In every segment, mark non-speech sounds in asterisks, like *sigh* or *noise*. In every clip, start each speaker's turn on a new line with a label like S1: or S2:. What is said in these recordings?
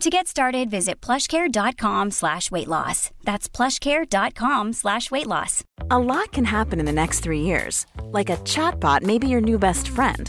S1: To get started, visit plushcare.com slash weight loss. That's plushcare.com slash weight loss.
S2: A lot can happen in the next three years. Like a chatbot may be your new best friend.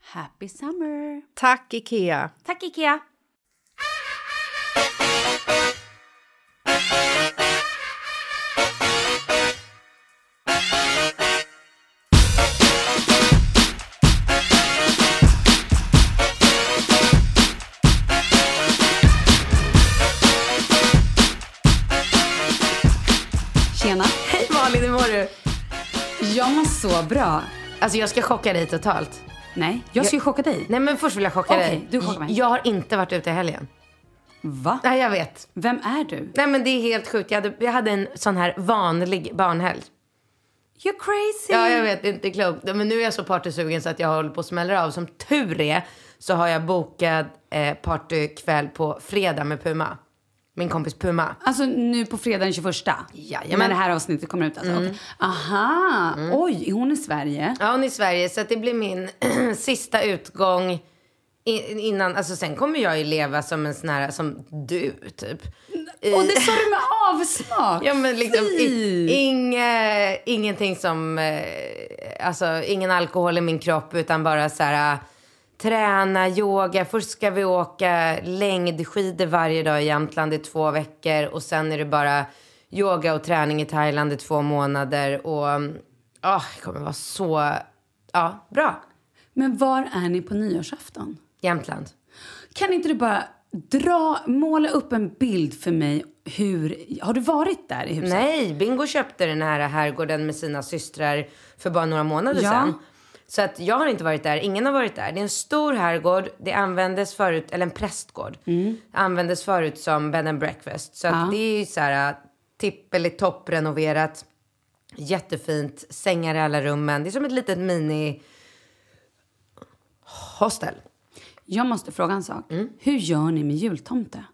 S3: Happy summer!
S4: Tack, Ikea!
S3: Tack Ikea! Tjena!
S5: Hej Malin, hur mår du?
S3: Jag mår så bra.
S5: Alltså jag ska chocka dig totalt.
S3: Nej, jag ska ju chocka dig.
S5: Nej men först vill jag chocka
S3: Okej,
S5: dig.
S3: du chockar mig.
S5: Jag har inte varit ute i helgen.
S3: Va?
S5: Nej jag vet.
S3: Vem är du?
S5: Nej men det är helt sjukt. Jag hade, jag hade en sån här vanlig barnhelg.
S3: You're crazy!
S5: Ja jag vet, det är inte klokt. Men nu är jag så partysugen så att jag håller på att smäller av. Som tur är så har jag bokat eh, partykväll på fredag med Puma. Min kompis Puma.
S3: Alltså nu på fredag den 21?
S5: Jajamän. Mm.
S3: När det här avsnittet kommer ut alltså? Okej. Aha! Oj, är hon i Sverige?
S5: Ja hon är i Sverige så att det blir min *clears throat* sista utgång. i- Innan, alltså sen kommer jag ju leva som en sån här, som du typ.
S3: Och det sa du med avsmak!
S5: Ja men liksom i,
S3: Fy!
S5: inge, ingenting som, eh, alltså ingen alkohol i min kropp utan bara så här eh, träna, yoga. Först ska vi åka längdskidor varje dag i Jämtland i två veckor och sen är det bara yoga och träning i Thailand i två månader och ja, det kommer vara så, ja, bra.
S3: Men var är ni på nyårsafton?
S5: Jämtland.
S3: Kan inte du bara dra, måla upp en bild för mig hur, har du varit där i huset?
S5: Nej, Bingo köpte den här herrgården med sina systrar för bara några månader
S3: Ja.
S5: sedan. Så att jag har inte varit där, ingen har varit där. Det är en stor herrgård, det användes förut, eller en prästgård.
S3: Mm.
S5: Användes förut som bed and breakfast. Så att det är ju så här äh, tippelitopp renoverat. Jättefint, sängar i alla rummen. Det är som ett litet mini hostel.
S3: Jag måste fråga en sak.
S5: Mm.
S3: Hur gör ni med jultomte?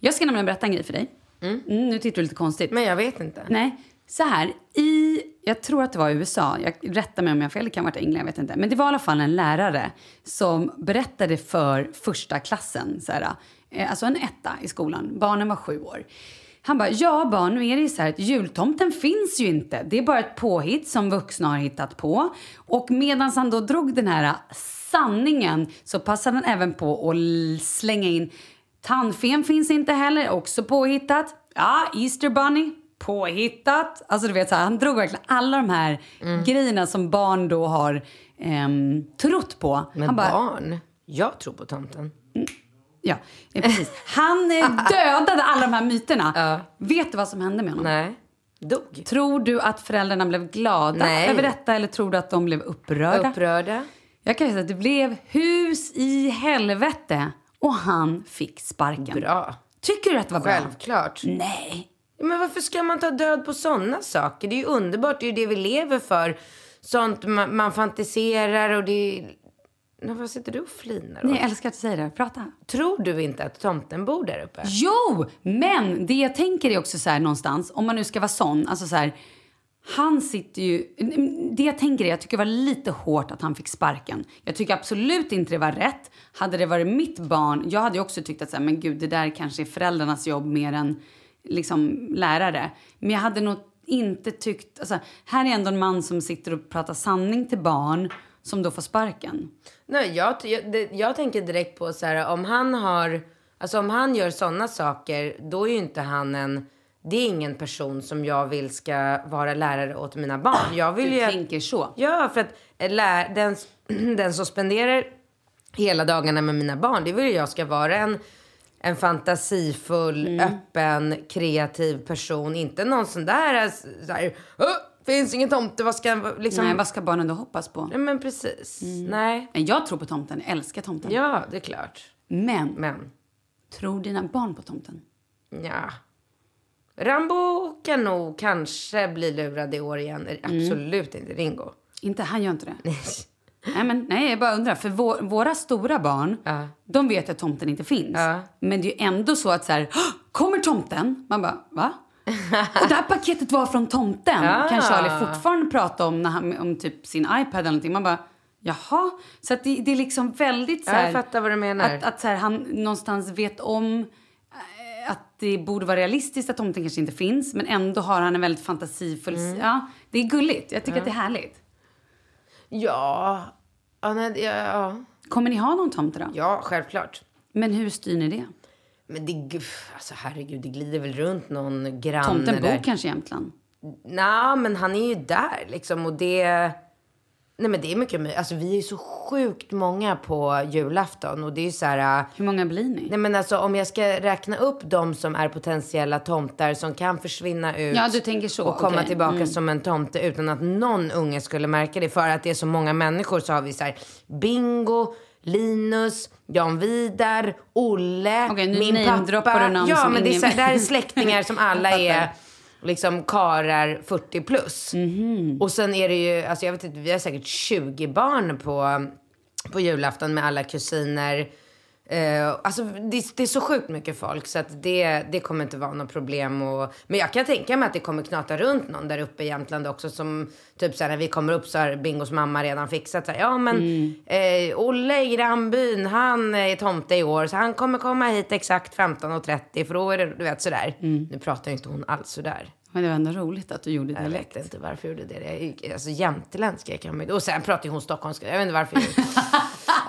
S3: Jag ska nämligen berätta en grej för dig. Mm, nu tittar du lite konstigt.
S5: Men jag vet inte.
S3: Nej, så här. I, jag tror att det var i USA, jag rätta mig om jag har fel, det kan ha varit England, jag vet inte. Men det var i alla fall en lärare som berättade för första klassen, så här, eh, alltså en etta i skolan, barnen var sju år. Han bara, ja barn, nu är det ju så här att jultomten finns ju inte. Det är bara ett påhitt som vuxna har hittat på. Och medan han då drog den här sanningen så passade han även på att l- slänga in Tandfen finns inte heller, också påhittat. Ja, Easter Bunny, påhittat. Alltså du vet, så här, han drog verkligen alla de här
S5: Mm.
S3: grejerna som barn då har ehm, trott på.
S5: Men
S3: han bara,
S5: barn? Jag tror på tomten.
S3: ja, eh, precis. Han
S5: *laughs*
S3: eh, dödade alla de här myterna. Vet du vad som hände med honom?
S5: Nej. Dog.
S3: Tror du att föräldrarna blev glada
S5: Nej.
S3: över detta eller tror du att de blev upprörda?
S5: Upprörda.
S3: Jag kan säga att det blev hus i helvete och han fick sparken.
S5: Bra.
S3: Tycker du att det var bra?
S5: Självklart.
S3: Nej.
S5: Men varför ska man ta död på sådana saker? Det är ju underbart, det är ju det vi lever för. Sånt man, man fantiserar och det är... Men Vad sitter du och flinar åt?
S3: Nej, jag älskar att du säger det. Prata.
S5: Tror du inte att tomten bor där uppe?
S3: Jo, men det jag tänker är också så här någonstans, om man nu ska vara sån, alltså så här, han sitter ju, det jag tänker är, jag tycker det var lite hårt att han fick sparken. Jag tycker absolut inte det var rätt. Hade det varit mitt barn, jag hade ju också tyckt att så här, men gud, det där kanske är föräldrarnas jobb mer än liksom lärare. Men jag hade nog inte tyckt, alltså här är ändå en man som sitter och pratar sanning till barn som då får sparken.
S5: Nej, jag, jag, det, jag tänker direkt på så här, om han har, alltså om han gör sådana saker, då är ju inte han en, det är ingen person som jag vill ska vara lärare åt mina barn. Jag vill
S3: Du
S5: ju...
S3: tänker så?
S5: Ja, för att eh, lä- den, *clears throat* den som spenderar hela dagarna med mina barn, det vill ju jag ska vara en, en fantasifull, öppen, kreativ person. Inte någon sån där, eh, så här, "Åh, finns ingen tomte, vad Mm. ska liksom...
S3: Nej, vad ska barnen då hoppas på?
S5: Nej, men precis. Nej.
S3: Nej, Jag tror på tomten, jag älskar tomten.
S5: Ja, det är klart.
S3: Men
S5: Men,
S3: tror dina barn på tomten?
S5: ja. Rambo kan nog kanske bli lurad i år igen. Eh, Absolut inte Ringo.
S3: Inte, han gör inte det. Nej, men, nej jag bara undrar. För vår, våra stora barn,
S5: Ja.
S3: de vet att tomten inte finns.
S5: Ja.
S3: Men det är ju ändå så att så här, "Hå! kommer tomten? Man bara, va? Och det här paketet var från tomten.
S5: Ja.
S3: Kan Charlie fortfarande prata om, när han, om typ sin iPad eller någonting. Man bara, jaha? Så att det, det är liksom väldigt så
S5: Ja, jag
S3: här.
S5: fattar vad du menar.
S3: Att, att så här, han någonstans vet om eh, att det borde vara realistiskt att tomten kanske inte finns. Men ändå har han en väldigt fantasifull...
S5: Mm.
S3: Ja, det är gulligt. Jag tycker att det är härligt.
S5: *laughs* Ja. Ja, nej, ja, ja.
S3: Kommer ni ha någon tomte då?
S5: ja, självklart.
S3: Men hur styr ni det?
S5: Men det, gud, alltså herregud, det glider väl runt någon granne
S3: Tomten
S5: där.
S3: bor kanske i Jämtland?
S5: Nej, men han är ju där liksom och det... Nej men det är mycket my- Alltså vi är ju så sjukt många på julafton och det är ju så här... äh,
S3: Hur många blir ni?
S5: Nej men alltså om jag ska räkna upp de som är potentiella tomtar som kan försvinna ut.
S3: Ja, du tänker så,
S5: Och komma
S3: okej. Mm.
S5: tillbaka som en tomte utan att någon unge skulle märka det. För att det är så många människor så har vi så här Bingo, Linus, Jan Vidar, Olle,
S3: Okej, nu
S5: min
S3: namedroppar
S5: pappa.
S3: du namn
S5: ja
S3: som
S5: men det, är
S3: ingen-
S5: så
S3: *laughs*
S5: här, det här är släktingar som alla är liksom karar 40 plus.
S3: Mhm.
S5: Och sen är det ju, alltså jag vet inte, vi har säkert 20 barn på, på julafton med alla kusiner. Eh, alltså det, det är så sjukt mycket folk så att det, det kommer inte vara något problem. Och, men jag kan tänka mig att det kommer knata runt någon där uppe i Jämtland också som typ såhär när vi kommer upp så har Bingos mamma redan fixat såhär, ja men eh, Olle i grannbyn han är tomte i år så han kommer komma hit exakt 15.30 för då är det, du vet sådär. Nu pratar ju inte hon alls sådär.
S3: Men det var ändå roligt att du gjorde
S5: Jag
S3: dialekt.
S5: vet inte varför jag gjorde det. Jag, alltså jämtländska kan man ju... Och sen pratar ju hon stockholmska. Jag vet inte varför. jag-
S3: *laughs*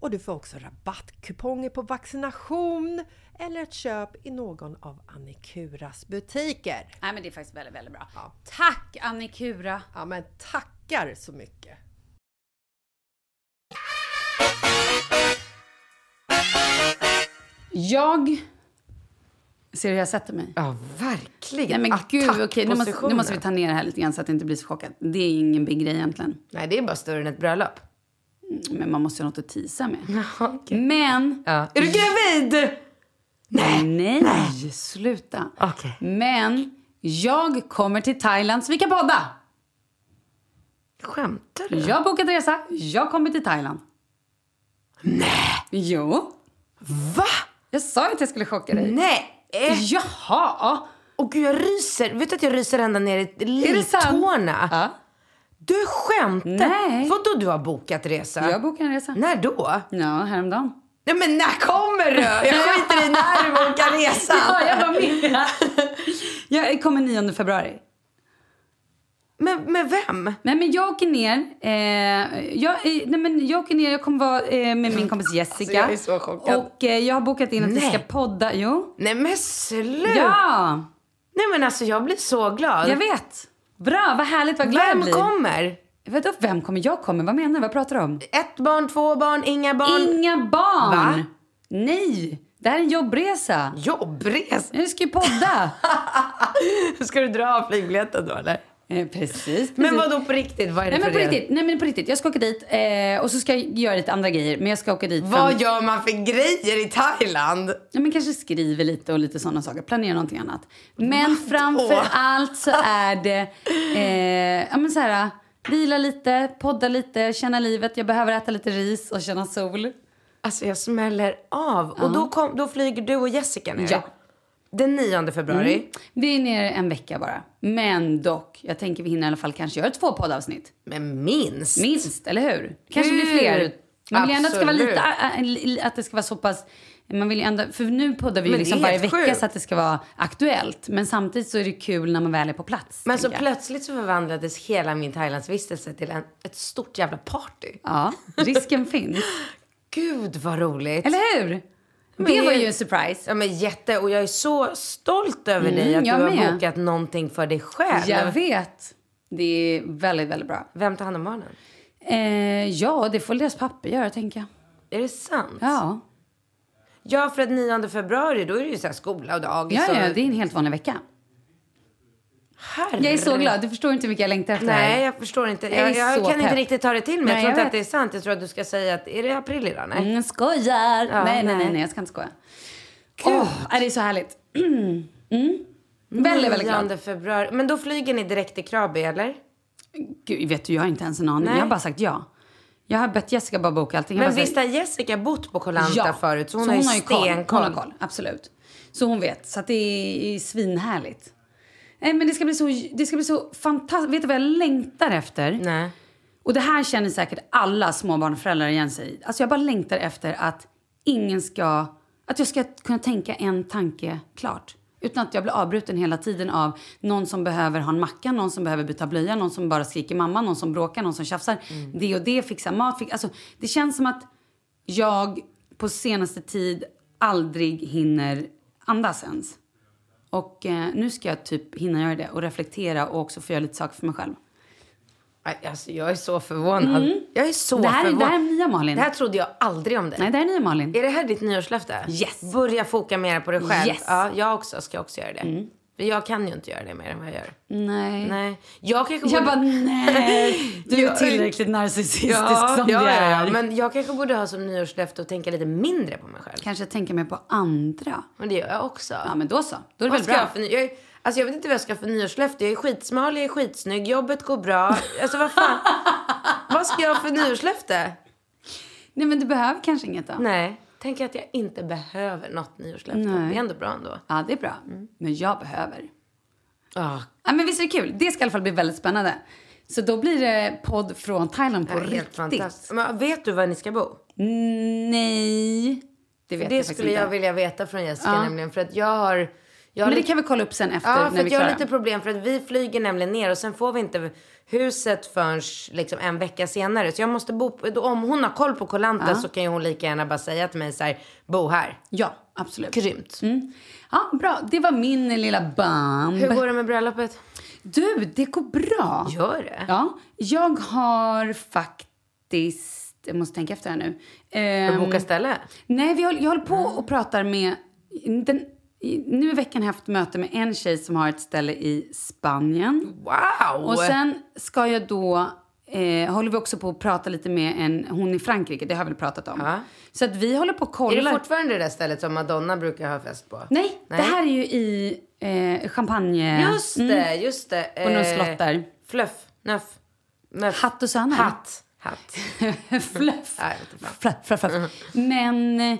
S4: Och du får också rabattkuponger på vaccination eller ett köp i någon av Annikuras butiker.
S3: Nej men det är faktiskt väldigt, väldigt bra. Tack Annikura!
S4: Ja men tackar så mycket!
S3: Jag... Ser du hur jag sätter mig?
S5: Ja, verkligen.
S3: Nej men gud, okej nu, måste, nu
S5: Attackpositioner.
S3: måste vi ta ner det här lite grann så att det inte blir så chockat. Det är ingen big grej egentligen. Mm,
S5: Nej, det är bara större än ett bröllop.
S3: Men man måste ju ha något att tisa med. Men...
S5: Ja. Är du gravid?
S3: Nej! sluta.
S5: Okej.
S3: Men jag kommer till Thailand så vi kan podda.
S5: Skämtar du?
S3: Jag har bokat resa, jag kommer till Thailand. Nej! Jo.
S5: Va?
S3: Jag sa ju att jag skulle chocka dig.
S5: Nej! Eh.
S3: Jaha!
S5: Åh gud, jag ryser. Vet du att jag ryser ända ner i
S3: Är det sant?
S5: lilltårna?
S3: Ja.
S5: Du skämtar?
S3: Nej.
S5: Vadå du har bokat resa?
S3: Jag bokade en resa.
S5: När då?
S3: Ja, häromdagen.
S5: Nej men när kommer du? Jag skiter i när du bokar resan.
S3: *laughs* Ja, jag var med. Jag kommer 9 februari.
S5: Med, med vem?
S3: Nej men jag åker ner. Eh, jag, eh, nej, men jag åker ner, jag kommer vara eh, med min kompis Jessica.
S5: Alltså, jag är så chockad.
S3: Och eh, jag har bokat in att vi
S5: Nej.
S3: ska podda. Jo.
S5: Nej men sluta!
S3: Ja!
S5: Nej men alltså jag blir så glad.
S3: Jag vet. Bra, vad härligt, vad glad jag
S5: Vem
S3: blir.
S5: kommer?
S3: Vadå, vem kommer? Jag kommer? Vad menar du? Vad pratar du om?
S5: Ett barn, två barn, inga barn.
S3: Inga barn!
S5: Va?
S3: Nej, det här är en jobbresa.
S5: Jobbresa! *laughs*
S3: Jag ska ju podda.
S5: Ska du dra av flygbiljetten då eller?
S3: eh, precis, precis.
S5: Men vad då på riktigt? Vad är
S3: Nej
S5: det
S3: men,
S5: för
S3: på
S5: reda?
S3: riktigt, nej men på riktigt, jag ska åka dit eh, och så ska jag göra lite andra grejer. Men jag ska åka dit fram-
S5: Vad gör man för grejer i Thailand?
S3: Ja, men kanske skriver lite och lite sådana saker. Planerar någonting annat. Men framför allt så är det... Eh, ja, men så här, vila lite, podda lite, känna livet. Jag behöver äta lite ris och känna sol.
S5: Alltså jag smäller av. Och då, kom, då flyger du och Jessica ner?
S3: Ja.
S5: Den 9 februari?
S3: Vi är nere en vecka bara. Men dock, jag tänker vi hinner i alla fall kanske göra två poddavsnitt.
S5: Men minst.
S3: Minst, eller hur? Kanske blir
S5: Hur?
S3: fler. Man vill ju ändå att det ska vara lite...
S5: Absolut.
S3: ä- ä- Att det ska vara så pass... Man vill ju ändå, för nu poddar vi ju
S5: Men det är
S3: liksom varje
S5: helt
S3: vecka
S5: sjukt.
S3: så att det ska vara aktuellt. Men samtidigt så är det kul när man väl är på plats.
S5: Men så
S3: tänker jag.
S5: plötsligt så förvandlades hela min Thailandsvistelse till en, ett stort jävla party.
S3: Ja, risken *laughs* finns.
S5: Gud vad roligt.
S3: Eller hur? det
S5: det-
S3: var ju en surprise.
S5: Ja men jätte, och jag är så stolt över
S3: Mm,
S5: dig att du
S3: jag
S5: har
S3: med.
S5: bokat någonting för dig själv.
S3: Jag vet. Det är väldigt, väldigt bra.
S5: Vem tar hand om barnen?
S3: Eh, ja, det får deras pappa göra, tänker jag.
S5: Är det sant?
S3: Ja,
S5: Ja, för att 9 februari då är det ju så här skola och dagis
S3: ja,
S5: och...
S3: ja det är en helt vanlig vecka.
S5: Herre.
S3: Jag är så glad. Du förstår inte hur mycket jag längtar efter det här.
S5: Nej, jag förstår inte.
S3: Jag är
S5: Jag, jag,
S3: så
S5: kan inte
S3: pepp.
S5: riktigt ta det till
S3: Nej,
S5: mig. jag tror inte
S3: jag
S5: att det är sant. Jag tror att du ska säga att, är det april idag? Nej.
S3: Mm, skojar! nej, nej,
S5: nej.
S3: nej, nej, jag ska inte skoja. Åh, nej, det är så härligt. Mm. Mm. Väldigt, väldigt glad.
S5: 9 februari. Men då flyger ni direkt till Krabi, eller?
S3: Gud, vet du, jag har inte ens en aning.
S5: Nej.
S3: Jag har bara sagt ja. Jag har bett Jessica bara boka allting. Jag
S5: Men
S3: bara säger-
S5: visst har Jessica bott på Koh Lanta förut, så hon, har, ju
S3: koll.
S5: stenkoll.
S3: Hon har koll, absolut. Så hon vet. Så att det är, är svinhärligt. Nej, men det ska bli så, det ska bli så fantastiskt. Vet du vad jag längtar efter?
S5: Nej.
S3: Och det här känner säkert alla småbarnföräldrar igen sig i. Alltså jag bara längtar efter att ingen ska... Att jag ska kunna tänka en tanke klart. Utan att jag blir avbruten hela tiden av någon som behöver ha en macka, någon som behöver byta blöja, någon som bara skriker mamma, någon som bråkar, någon som tjafsar.
S5: Mm.
S3: Det och det, fixa mat. Fix, alltså, det känns som att jag på senaste tid aldrig hinner andas ens. Och eh, nu ska jag typ hinna göra det och reflektera och också få göra lite saker för mig själv.
S5: Aj, Alltså, jag är så förvånad. Jag är så
S3: Mm. Det här, är-
S5: förvånad.
S3: det här är nya Malin.
S5: Det här trodde jag aldrig om dig.
S3: Nej, det här är nya Malin.
S5: Är det här ditt nyårslöfte?
S3: Yes.
S5: Börja foka mer på dig själv.
S3: Yes. Mm.
S5: Ja, jag också ska också göra det. Men jag kan ju inte göra det mer än vad jag gör.
S3: Nej.
S5: Nej. Jag kanske
S3: Jag
S5: borde...
S3: bara, nej. Du är
S5: Jag-
S3: tillräckligt narcissistisk
S5: ja,
S3: som
S5: ja,
S3: du är.
S5: Ja, ja, men jag kanske borde ha som nyårslöfte att tänka lite mindre på mig själv.
S3: Kanske tänka mer på andra.
S5: Men det gör jag också.
S3: Ja, men då så. Då är det
S5: Vad
S3: väl
S5: ska jag,
S3: bra.
S5: för, ny- jag, är- alltså jag vet inte vad jag ska ha för nyårslöfte. Jag är skitsmal, jag är skitsnygg, jobbet går bra. Alltså vad fan. vad ska jag ha för nyårslöfte?
S3: Nej, men du behöver kanske inget då.
S5: Nej, tänk att jag inte behöver något nyårslöfte.
S3: Nej.
S5: Det är ändå bra ändå.
S3: Ja, det är bra.
S5: Mm.
S3: Men jag behöver.
S5: Ah,
S3: Ja, men visst är det kul? Det ska i alla fall bli väldigt spännande. Så då blir det podd från Thailand på
S5: helt
S3: riktigt.
S5: fantastiskt. Men vet du var ni ska bo?
S3: Nej, det vet
S5: Det
S3: jag faktiskt
S5: skulle
S3: inte.
S5: jag vilja veta från Jessica nämligen. För att jag har... Jag har
S3: Men det
S5: lite-
S3: kan vi kolla upp sen efter
S5: Ja,
S3: när
S5: för
S3: vi
S5: att
S3: är
S5: jag har
S3: klara.
S5: lite problem för att vi flyger nämligen ner och sen får vi inte huset förrän liksom en vecka senare. Så jag måste bo, på- då, om hon har koll på Koh Lanta så kan ju hon lika gärna bara säga till mig så här, bo här.
S3: Ja, absolut.
S5: Grymt.
S3: Mm. Ja, bra. Det var min lilla bump.
S5: Hur går det med bröllopet?
S3: Du, det går bra.
S5: Gör det?
S3: Ja, jag har faktiskt... Jag måste tänka efter här nu.
S5: Har du
S3: Ehm,
S5: bokat ställe?
S3: Nej, vi håller, jag håller på och pratar med... Den, nu i veckan har jag haft möte med en tjej som har ett ställe i Spanien.
S5: Wow!
S3: Och sen ska jag då... Eh, håller vi också på att prata lite med en, hon i Frankrike, det har jag väl pratat om.
S5: Ja.
S3: Så att vi håller på och
S5: är det
S3: kollar.
S5: fortfarande det där stället som Madonna brukar ha fest på?
S3: Nej, det här är ju i eh, Champagne...
S5: Just
S3: Mm.
S5: det, just det. Eh,
S3: På något slott där.
S5: Fluff, nöff, möff.
S3: Hatt och söner.
S5: Hatt, hatt.
S3: *laughs* Fluff.
S5: Nej, jag vet inte. Mm.
S3: Fluff, fluff, fluff. Men eh,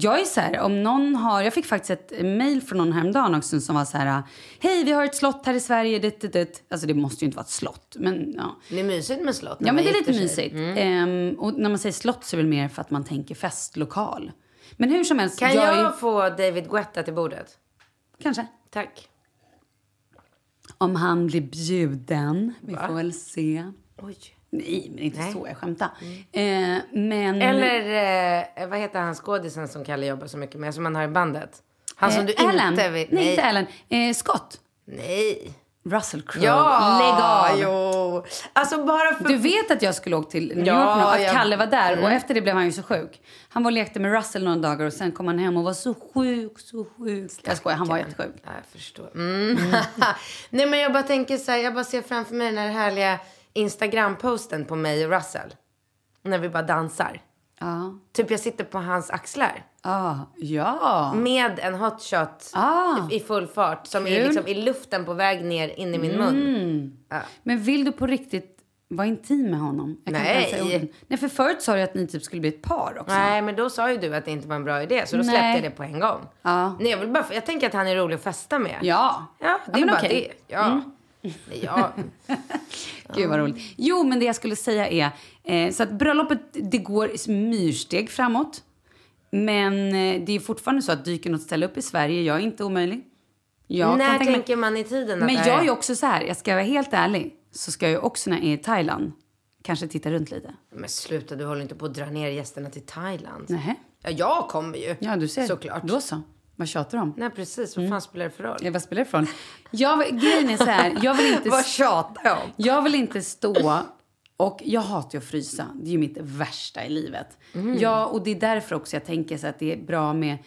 S3: jag är så här, om någon har... Jag fick faktiskt ett mejl från någon häromdagen också som var så här... Hej, vi har ett slott här i Sverige. Dit, dit, dit. Alltså det måste ju inte vara ett slott, men ja.
S5: Det är mysigt med slott när
S3: Ja,
S5: man
S3: men det är lite
S5: gifter sig. Mm.
S3: mysigt. Ehm, och när man säger slott så är det väl mer för att man tänker festlokal. Men hur som helst,
S5: Kan
S3: jag,
S5: jag,
S3: är-
S5: få David Guetta till bordet?
S3: Kanske.
S5: Tack.
S3: Om han blir bjuden. Vi får väl se.
S5: Oj.
S3: Nej, men inte
S5: Nej. Mm.
S3: så. Jag skämtar. Eh, men...
S5: Eller eh, vad heter han skådisen som Kalle jobbar så mycket med, som han har i bandet? Han som
S3: Eh,
S5: alltså, du
S3: Alan.
S5: inte vill...
S3: Nej, inte Ellen. Eh, Scott.
S5: Nej.
S3: Russell Crowe.
S5: Ja!
S3: Lägg av.
S5: Jo. Alltså bara för...
S3: Du vet att jag skulle åka till New York
S5: Ja, Mm.
S3: nu, att
S5: jag-
S3: Kalle var där och efter det blev han ju så sjuk. Han var och lekte med Russell några dagar och sen kom han hem och var så sjuk, så sjuk. Jag skojar, han var jättesjuk.
S5: Ja, jag förstår. Mm. *laughs* Nej, men jag bara tänker så här, jag bara ser framför mig den här härliga Instagram-posten på mig och Russell. När vi bara dansar.
S3: Ja,
S5: Typ jag sitter på hans axlar.
S3: ah, ja.
S5: Med en hotshot
S3: Ah.
S5: i i full fart. Som är
S3: Kul.
S5: liksom i luften på väg ner in i min mun.
S3: Men vill du på riktigt vara intim med honom? Jag kan inte ens säga
S5: Nej.
S3: orden. Nej, för förut sa du att ni typ skulle bli ett par också.
S5: Nej, men då sa ju du att det inte var en bra idé. Så då
S3: Nej.
S5: släppte jag det på en gång.
S3: Ja.
S5: Nej, jag, vill bara, jag tänker att han är rolig att festa med.
S3: Ja.
S5: Ja, det är
S3: men
S5: bara
S3: okej. Mm.
S5: det. Ja. Nej, ja.
S3: Gud vad roligt.
S5: Ah.
S3: Jo, men det jag skulle säga är, eh, så att bröllopet det går i myrsteg framåt. Men eh, det är fortfarande så att dyker något ställe upp i Sverige, jag är inte omöjlig. *laughs* Jag kan
S5: När
S3: tänka mig-
S5: tänker man i tiden att
S3: Men
S5: det här
S3: jag är
S5: är-
S3: ju också så här, jag ska vara helt ärlig, så ska jag ju också när jag är i Thailand kanske titta runt lite.
S5: Men sluta, du håller inte på att dra ner gästerna till Thailand.
S3: Nähä.
S5: Ja, jag kommer ju.
S3: Ja, du ser.
S5: Såklart.
S3: Då så. Vad tjatar du om?
S5: Nej, precis. Vad fan spelar det för roll?
S3: Eh, Vad spelar det för roll? Jag, grejen är så här, jag vill inte...
S5: *laughs* Vad tjatar jag om?
S3: Jag vill inte stå... Och jag hatar ju att frysa. Det är ju mitt värsta i livet.
S5: Mm.
S3: Ja, och det är därför också jag tänker så att det är bra med...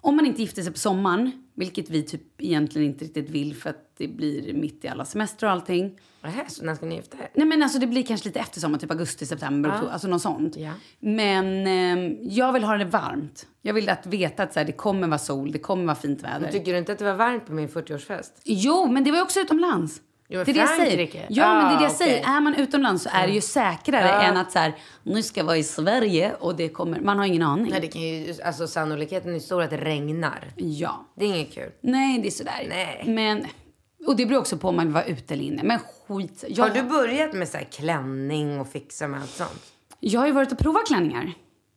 S3: Om man inte gifter sig på sommaren, vilket vi typ egentligen inte riktigt vill för att det blir mitt i alla semester och allting.
S5: Nähä, så när ska ni gifta er?
S3: Nej men alltså det blir kanske lite efter sommar, typ augusti, september, oktober, alltså något sånt.
S5: Ja.
S3: Men ehm, jag vill ha det varmt. Jag vill att veta att så här, det kommer vara sol, det kommer vara fint väder.
S5: Tycker du inte att det var varmt på min 40-årsfest?
S3: Jo, men det var ju också utomlands.
S5: Jo, men
S3: det är det jag
S5: Frankrike.
S3: säger. Ja, men det är det jag
S5: Ah,
S3: säger.
S5: okej. Ah.
S3: Är man utomlands så är det ju säkrare än att så här, nu ska jag vara i Sverige och det kommer... Man har ingen aning.
S5: Nej, det kan ju... Alltså sannolikheten är stor att det regnar.
S3: Ja.
S5: Det är inget kul.
S3: Nej, det är sådär.
S5: Nej.
S3: Men... Och det beror också på om man vill vara ute eller inne. Men skit... Jag,
S5: Har du börjat med så här klänning och fixa med allt sånt?
S3: jag har ju varit och provat klänningar.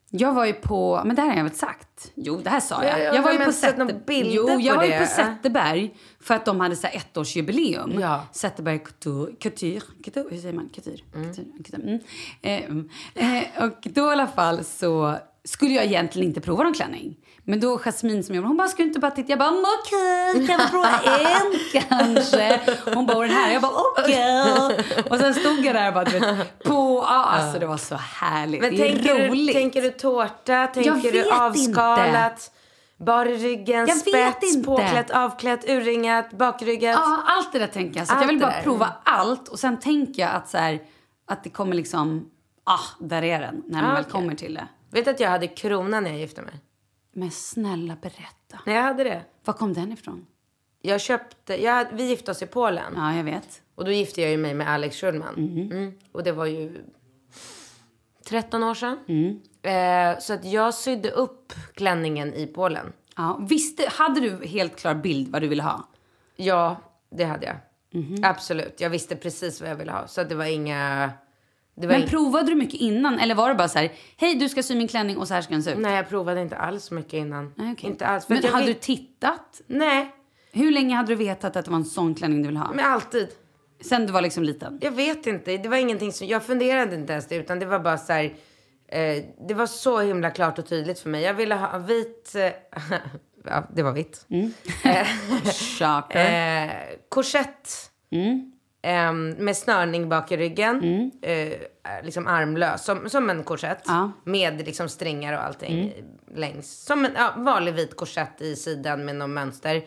S3: Jag var ju på... Men det här har jag väl sagt? Jo, det här sa jag.
S5: Ja, ja,
S3: jag var
S5: ja,
S3: ju
S5: men
S3: på,
S5: sett några
S3: Sätter...
S5: bilder
S3: jo,
S5: på
S3: jag var ju
S5: det.
S3: på Zetterberg för att de hade så här ettårsjubileum.
S5: Ja.
S3: Zetterberg Couture. Couture. Couture. Hur säger man? Couture. Couture. couture. Mm. Eh, mm. Eh, och då i alla fall så skulle jag egentligen inte prova någon klänning. Men då Jasmine som jag hon bara, ska du inte bara titta? Jag bara, "Mm, okej, kan vi prova
S5: *laughs*
S3: en kanske? Hon bara, "Och den här? Jag bara, okej. Och sen stod jag där och bara, du vet, på, ja, alltså det var så härligt.
S5: Men
S3: det är
S5: tänker
S3: roligt.
S5: du, tänker du tårta? Tänker
S3: vet
S5: du avskalat?
S3: inte.
S5: Bar i ryggen,
S3: Jag vet
S5: spets,
S3: inte.
S5: påklätt, avklätt, urringat, bakryggat?
S3: Ja, allt det där tänker jag. Så att jag
S5: Allt
S3: vill
S5: det
S3: bara
S5: där.
S3: prova allt och sen tänker jag att så här, att det kommer liksom, ah, där är den när man
S5: Ah,
S3: väl
S5: okej.
S3: kommer till det.
S5: Vet du att jag hade krona när jag gifte mig?
S3: Men snälla berätta,
S5: Nej, jag hade det.
S3: var kom den ifrån?
S5: Jag köpte, jag, vi gifte oss i Polen.
S3: Ja, jag vet.
S5: Och då gifte jag ju mig med Alex Schulman. Mm. Och det var ju 13 år sedan.
S3: Mm.
S5: Eh, så att jag sydde upp klänningen i Polen.
S3: Ja, visste, hade du helt klar bild vad du ville ha?
S5: Ja, det hade jag.
S3: Mm-hmm.
S5: Absolut. Jag visste precis vad jag ville ha. Så att det var inga... Det var
S3: Men
S5: ing-
S3: provade du mycket innan eller var det bara så här, hej du ska sy min klänning och så här ska den se ut?
S5: Nej, jag provade inte alls så mycket innan.
S3: Typ. Nej, okej.
S5: Inte alls. För
S3: Men
S5: att jag
S3: hade
S5: vill-
S3: du tittat?
S5: Nej,
S3: Hur länge hade du vetat att det var en sån klänning du ville ha?
S5: men alltid.
S3: Sen du var liksom liten?
S5: Jag vet inte. Det var ingenting som... Jag funderade inte ens det, utan det var bara så här... Eh, det var så himla klart och tydligt för mig. Jag ville ha en vit... Eh, *laughs* ja, det var vitt.
S3: Mm. Shocker.
S5: Eh, korsett.
S3: Mm.
S5: Ehm, med snörning bak i ryggen. Eh, liksom armlös, som, som en korsett.
S3: Ja.
S5: Med liksom strängar och allting längs. Som en ja, vanlig vit korsett i sidan med något mönster.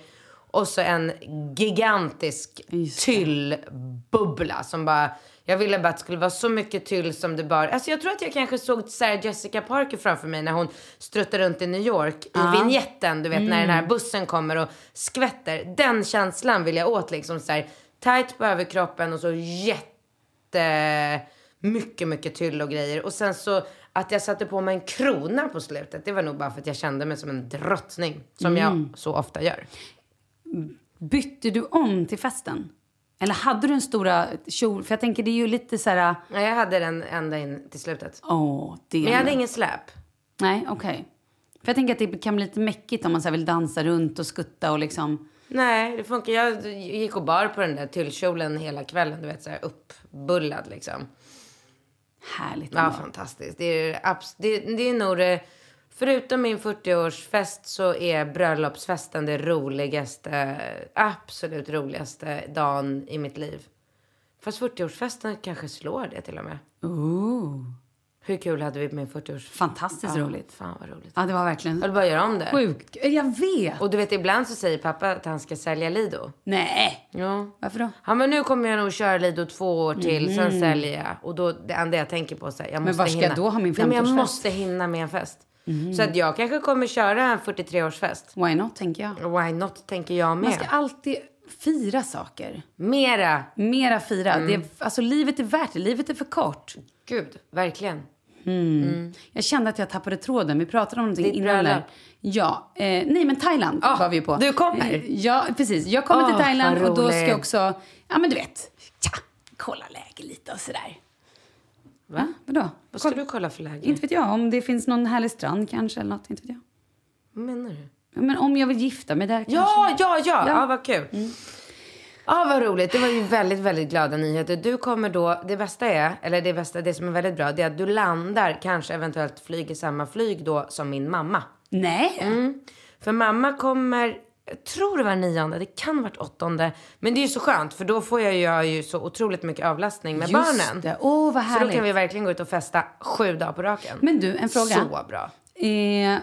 S5: Och så en gigantisk tyllbubbla som bara... Jag ville bara att det skulle vara så mycket tyll som det bara... Alltså jag tror att jag kanske såg Sarah Jessica Parker framför mig när hon struttar runt i New York i vignetten. Du vet när den här bussen kommer och skvätter. Den känslan vill jag åt liksom så här tight på överkroppen och så jätte... Mycket, mycket tyll och grejer. Och sen så att jag satte på mig en krona på slutet. Det var nog bara för att jag kände mig som en drottning. Som jag så ofta gör.
S3: Bytte du om till festen? Eller hade du en stora kjol? För jag tänker det är ju lite så här,
S5: Nej, jag hade den ända in till slutet.
S3: åh, det
S5: Men jag hade ingen släp.
S3: Nej, okej. För jag tänker att det kan bli lite mäckigt om man så här vill dansa runt och skutta och liksom.
S5: Nej, det funkar. Jag gick och bar på den där tyllkjolen hela kvällen. Du vet, så här uppbullad liksom.
S3: Härligt
S5: Ja,
S3: ändå.
S5: fantastiskt. Det är, abs- det, det är nog det... Förutom min 40-årsfest så är bröllopsfesten det roligaste, absolut roligaste dagen i mitt liv. Fast 40-årsfesten kanske slår det till och med.
S3: Ooh,
S5: Hur kul hade vi på min 40-årsfest?
S3: fantastiskt roligt.
S5: Fan vad roligt.
S3: Ja, det var
S5: Jag vill
S3: verkligen
S5: bara göra om det.
S3: sjukt. Jag vet!
S5: Och du vet, ibland så säger pappa att han ska sälja Lido.
S3: Nej!
S5: Ja.
S3: Varför då?
S5: Ja men nu kommer jag nog köra Lido två år till, sen säljer jag. Och då, det enda jag tänker på så här, jag måste
S3: Mm. var ska jag
S5: hinna.
S3: då ha min Mm.
S5: Nej, men jag
S3: 50-årsfest?
S5: måste hinna med en fest. Så att jag kanske kommer köra en 43-årsfest.
S3: Why not, tänker jag.
S5: Why not, tänker jag med.
S3: Man ska alltid fira saker.
S5: Mera!
S3: Mera fira.
S5: Mm.
S3: Det är, alltså, livet är värt det. Livet är för kort.
S5: Gud, verkligen.
S3: Jag kände att jag tappade tråden. Vi pratade om någonting
S5: Ditt
S3: innan.
S5: bröllop.
S3: Där. Ja, eh, nej men Thailand
S5: Ah,
S3: var vi på. Eh,
S5: du kommer.
S3: Ja, precis. Jag kommer
S5: Ah,
S3: till Thailand
S5: vad
S3: och då ska
S5: roligt.
S3: jag också, ja men du vet, tja, kolla läge lite och sådär. Va? vadå?
S5: Vad ska du kolla för läge?
S3: Inte vet jag, om det finns någon härlig strand kanske eller något, inte vet jag.
S5: Vad menar du?
S3: Ja, Men om jag vill gifta mig där
S5: Ja,
S3: kanske.
S5: ja, ja!
S3: Ja. Mm.
S5: Ja, vad kul. Ja, vad roligt. Det var ju väldigt, väldigt glada nyheter. Du kommer då, det bästa är, eller det bästa, det som är väldigt bra, det är att du landar, kanske eventuellt flyger samma flyg då som min mamma.
S3: Nej,
S5: Mm. För mamma kommer, jag tror det var nionde, det kan ha varit åttonde. Men det är ju så skönt för då får jag ju, jag har ju så otroligt mycket avlastning med
S3: just
S5: barnen.
S3: det. Åh, vad
S5: Så då
S3: härligt.
S5: kan vi verkligen gå ut och festa sju dagar på raken.
S3: Men du, en fråga.
S5: Så bra.
S3: Eh,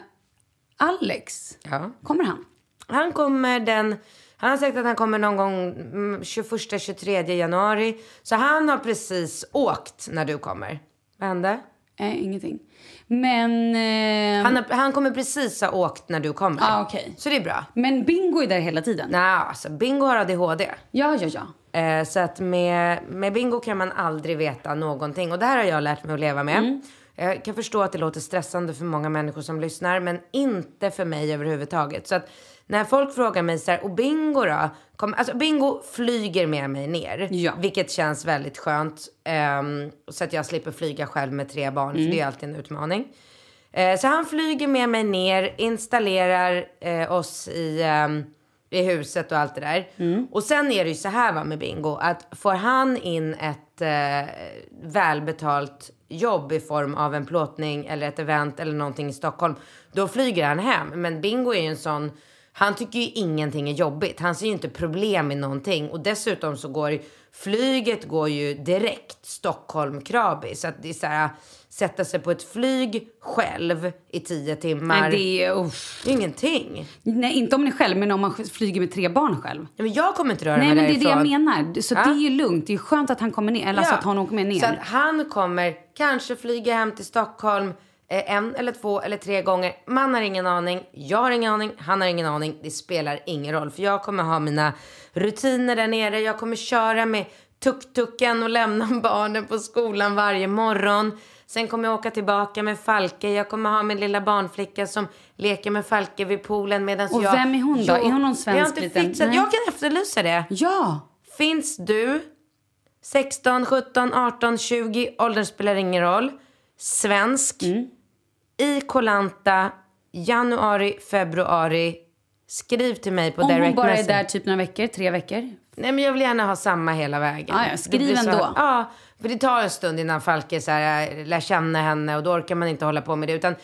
S3: Alex,
S5: Ja.
S3: kommer han?
S5: Han kommer den... Han har sagt att han kommer någon gång 21-23 januari. Så han har precis åkt när du kommer. Vad hände?
S3: Eh, ingenting. Men... Eh,
S5: Han, har, han kommer precis ha åkt när du kommer.
S3: Ah, okej.
S5: Så det är bra.
S3: Men bingo är där hela tiden.
S5: Nej, alltså Bingo har ADHD.
S3: Ja, ja, ja.
S5: Eh, så att med, med bingo kan man aldrig veta någonting. Och det här har jag lärt mig att leva med. Jag kan förstå att det låter stressande för många människor som lyssnar, men inte för mig överhuvudtaget. Så att när folk frågar mig så här, och bingo då? Kom, alltså bingo flyger med mig ner,
S3: Ja.
S5: vilket känns väldigt skönt. ehm, så att jag slipper flyga själv med tre barn, för det är alltid en utmaning. Eh, så han flyger med mig ner, installerar eh, oss i, ehm, i huset och allt det där. Och sen är det ju så här va, med Bingo, att får han in ett eh, välbetalt jobb i form av en plåtning eller ett event eller någonting i Stockholm, då flyger han hem. Men Bingo är ju en sån han tycker ju ingenting är jobbigt. Han ser ju inte problem i någonting. Och dessutom så går flyget går ju direkt Stockholm-Krabi. Så att det är så här, sätta sig på ett flyg själv i tio timmar.
S3: Nej, det är... Uff.
S5: Det är ingenting.
S3: Nej, inte om ni är själv, men om man flyger med tre barn själv.
S5: Ja, Men jag kommer inte röra
S3: Nej,
S5: mig
S3: men det är det
S5: därifrån.
S3: jag menar. Så
S5: Ja.
S3: det är ju lugnt. Det är skönt att han kommer ner. Eller alltså att han åker med ner.
S5: Så att han kommer kanske flyga hem till Stockholm eh, en eller två eller tre gånger. Man har ingen aning, jag har ingen aning, han har ingen aning. Det spelar ingen roll för jag kommer ha mina rutiner där nere. Jag kommer köra med tuk-tuken och lämna *laughs* barnen på skolan varje morgon. Sen kommer jag åka tillbaka med Falke. Jag kommer ha min lilla barnflicka som leker med Falke vid poolen medan
S3: Och
S5: jag...
S3: vem är hon då?
S5: Jo,
S3: Är hon någon
S5: Jag har
S3: svensk
S5: inte
S3: liten-
S5: fixat.
S3: Nej.
S5: Jag kan efterlysa det.
S3: Ja!
S5: Finns du 16, 17, 18, 20, åldern spelar ingen roll. Svensk.
S3: Mm.
S5: I Kolanta, januari, februari. Skriv till mig på
S3: Om
S5: direct
S3: hon bara
S5: message.
S3: är där typ några veckor, tre veckor.
S5: Nej men jag vill gärna ha samma hela vägen.
S3: Ja, ja, skriv
S5: Det blir så-
S3: ändå.
S5: Ja, för det tar en stund innan Falke så här, äh, lär känna henne och då orkar man inte hålla på med det. Utan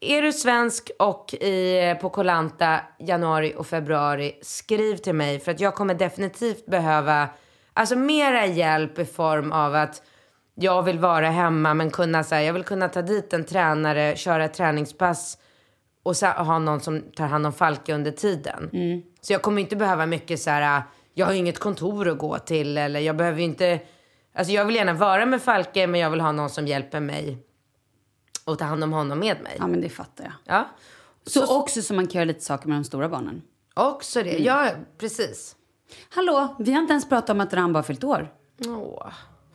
S5: är du svensk och i, eh, på Kolanta januari och februari, skriv till mig för att jag kommer definitivt behöva alltså mera hjälp i form av att jag vill vara hemma men kunna så här, jag vill kunna ta dit en tränare, köra ett träningspass och så ha någon som tar hand om Falke under tiden.
S3: Mm.
S5: Så jag kommer inte behöva mycket så här, äh, jag har ju inget kontor att gå till eller jag behöver ju inte, alltså jag vill gärna vara med Falke men jag vill ha någon som hjälper mig och ta hand om honom med mig.
S3: Ja, men det fattar jag.
S5: Ja,
S3: Så, också så man kan göra lite saker med de stora barnen.
S5: också
S3: Mm.
S5: det. Ja, precis.
S3: Hallå, vi har inte ens pratat om att Ram bara fyllt år.
S5: Åh,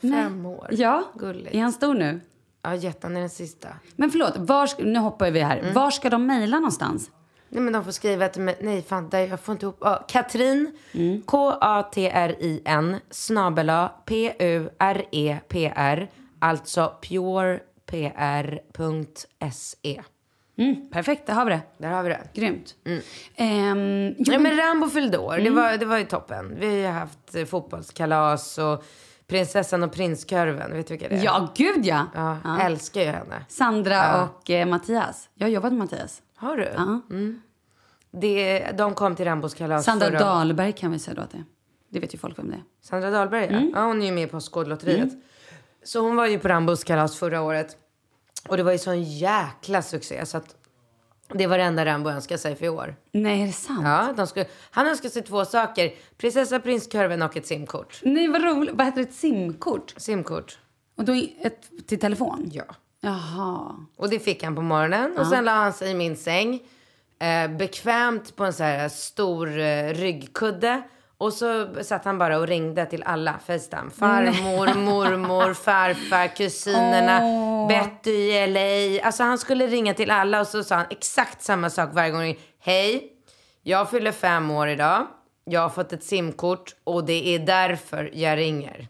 S5: fem år.
S3: Ja.
S5: Gulligt.
S3: Är han stor nu?
S5: Ja, jättan är den sista.
S3: Men förlåt, var, ska- nu hoppar vi här. Var ska de mejla någonstans?
S5: Nej men de får skriva till mig. Nej fan, där, jag får inte ihop. Ah, Katrin.
S3: Mm.
S5: K-A-T-R-I-N. Snabel E P-U-R-E-P-R. Alltså purepr.se.
S3: Mm, perfekt, där har vi det.
S5: Där har vi det.
S3: Grymt. Ehm, jo,
S5: Ja, men Rambo fyllde år.
S3: Mm.
S5: Det, var, det var ju toppen. Vi har haft eh, fotbollskalas och prinsessan och prinskorven. Vet du vilka det är?
S3: ja, gud ja.
S5: ja.
S3: Ja.
S5: Älskar ju henne.
S3: Sandra och eh, Mattias. Jag har jobbat med Mattias.
S5: Har du? Mm.
S3: Ja.
S5: Det, de kom till Rambos kalas
S3: Sandra
S5: förra
S3: Dahlberg kan vi säga då att det är. Det vet ju folk vem det är.
S5: Sandra Dahlberg, ja. ja. Hon är ju med på Skådlotteriet. Så hon var ju på Rambos kalas förra året. Och det var ju sån jäkla succé så att det var det enda Rambo önskade sig för i år.
S3: Nej, är det sant?
S5: Ja, de skulle, han önskade sig två saker. Prinsessa, prinskorven och ett simkort.
S3: Nej, vad roligt. Vad heter det? Ett simkort?
S5: Simkort.
S3: Och då i- ett till telefon?
S5: Ja.
S3: Jaha.
S5: Och det fick han på morgonen. Och sen la han sig i min säng. Eh, bekvämt på en så här stor eh, ryggkudde. Och så satt han bara och ringde till alla. Facetime. Farmor, mormor, farfar, kusinerna, Betty i LA. Alltså han skulle ringa till alla och så sa han exakt samma sak varje gång. Hej, jag fyller fem år idag. Jag har fått ett simkort och det är därför jag ringer.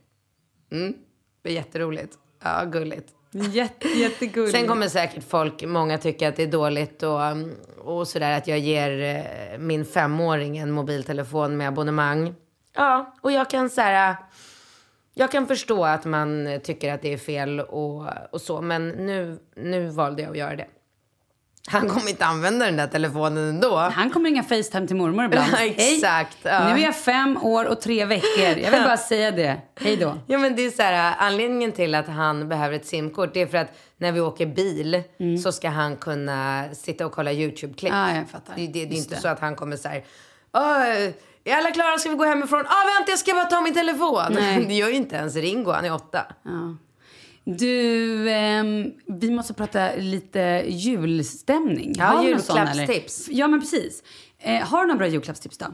S5: Mm. Det är jätteroligt. Ja, gulligt.
S3: Jätte, jättegulligt.
S5: Sen kommer säkert folk, många tycker att det är dåligt och, um, och sådär att jag ger eh, min femåring en mobiltelefon med abonnemang. Ja, och jag kan såhär, jag kan förstå att man eh, tycker att det är fel och, och så, men nu, nu valde jag att göra det. Han kommer inte använda den där telefonen ändå.
S3: Han kommer ringa Facetime till mormor ibland.
S5: Ja, exakt,
S3: Hej,
S5: ja.
S3: Nu är jag fem år och tre veckor. Jag vill bara säga det. Hej då.
S5: Ja men det är så här, anledningen till att han behöver ett simkort det är för att när vi åker bil så ska han kunna sitta och kolla YouTube-klipp.
S3: Mm. Ja, jag fattar.
S5: Det, det, det är
S3: Just
S5: inte
S3: det.
S5: så att han kommer så här, "Åh, är alla klara ska vi gå hemifrån? Ah vänta jag ska bara ta min telefon.
S3: Nej.
S5: *laughs* Det gör ju inte ens Ringo, han är åtta.
S3: Ja. Du, ehm, vi måste prata lite julstämning.
S5: Ja,
S3: du någon sån, eller?
S5: julklappstips. Mm.
S3: Ja, men precis. Eh, har du några bra julklappstips då?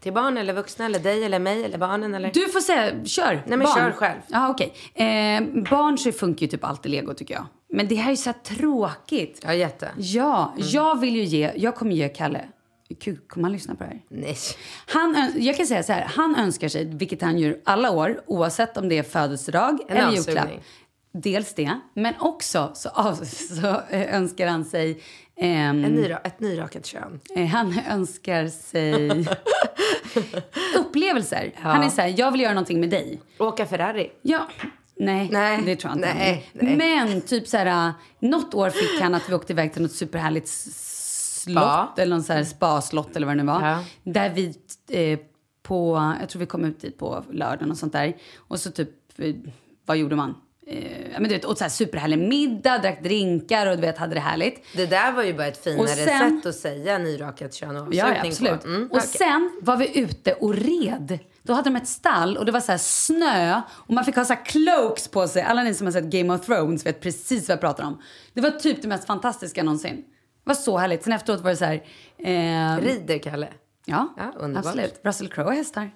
S5: Till barn eller vuxna eller dig eller mig eller barnen eller?
S3: Du får säga, kör.
S5: men
S3: barn.
S5: kör själv.
S3: Ja, okej. Eh, barn så funkar ju typ alltid lego tycker jag. Men det här är ju så här tråkigt.
S5: Ja Mm. jätte.
S3: Ja, jag vill ju ge, jag kommer ge Kalle, gud kommer han lyssna på det här?
S5: Nej.
S3: Han, ö- jag kan säga så här, han önskar sig, vilket han gör alla år, oavsett om det är födelsedag
S5: En
S3: eller
S5: avsugning.
S3: julklapp. Dels det, men också så, av, *laughs* så eh, önskar han sig... ehm,
S5: En nyra- ett nyrakat kön.
S3: eh, han önskar
S5: *laughs*
S3: sig upplevelser. Han är så här, jag vill göra någonting med dig.
S5: Åka Ferrari.
S3: Ja. Nej,
S5: Nej,
S3: det tror jag inte.
S5: nej,
S3: han
S5: nej.
S3: vill. Men typ så här, något år fick han att vi åkte iväg till något superhärligt s- slott eller någon så här spa-slott eller vad det nu var.
S5: Ja.
S3: Där vi eh, på, jag tror vi kom ut dit på lördagen och sånt där. Och så typ, eh, vad gjorde man? Eh, ja, men du vet, åt så här superhärlig middag, drack drinkar och du vet, hade det härligt.
S5: Det där var ju bara ett finare
S3: sen-
S5: sätt att säga nyrakat kön och
S3: Ja,
S5: avslutning
S3: ja absolut.
S5: på. Mm,
S3: och sen var vi ute och red. Då hade de ett stall och det var så här snö och man fick ha så här cloaks på sig. Alla ni som har sett Game of Thrones vet precis vad jag pratar om. Det var typ det mest fantastiska någonsin. Det var så härligt. Sen efteråt var det så här... Eh,
S5: Rider Kalle.
S3: Ja,
S5: Ja, underbart. Mm.
S3: absolut. Russell Crowe och hästar.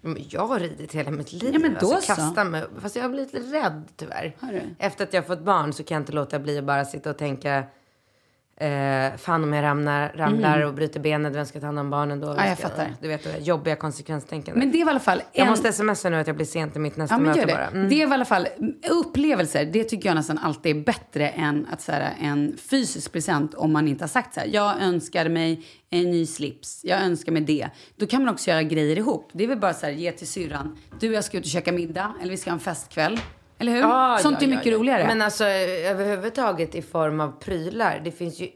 S5: Men jag har ridit hela mitt liv.
S3: Ja, men då
S5: alltså,
S3: så.
S5: kasta mig. Fast jag har blivit lite rädd tyvärr.
S3: Har du?
S5: Efter att jag fått barn så kan jag inte låta bli att bara sitta och tänka. Eh, fan om jag ramlar, ramlar och bryter benet, vem ska ta hand om barnen då? Vem
S3: Mm. jag
S5: ska,
S3: fattar.
S5: Du vet det där jobbiga konsekvenstänkande.
S3: Men det var i alla fall...
S5: jag
S3: en-
S5: måste smsa nu att jag blir sen till mitt nästa
S3: Ja, men
S5: möte
S3: gör det.
S5: bara. Mm.
S3: Det är i alla fall upplevelser. Det tycker jag nästan alltid är bättre än att, så här, en fysisk present om man inte har sagt så här. Jag önskar mig en ny slips. Jag önskar mig det. Då kan man också göra grejer ihop. Det är väl bara så här, ge till syrran. Du och jag ska ut och käka middag. Eller vi ska ha en festkväll. Eller hur?
S5: Ah, Ja,
S3: Sånt
S5: ja,
S3: är
S5: ja,
S3: mycket
S5: ja.
S3: roligare.
S5: Men alltså överhuvudtaget i form av prylar. Det finns ju.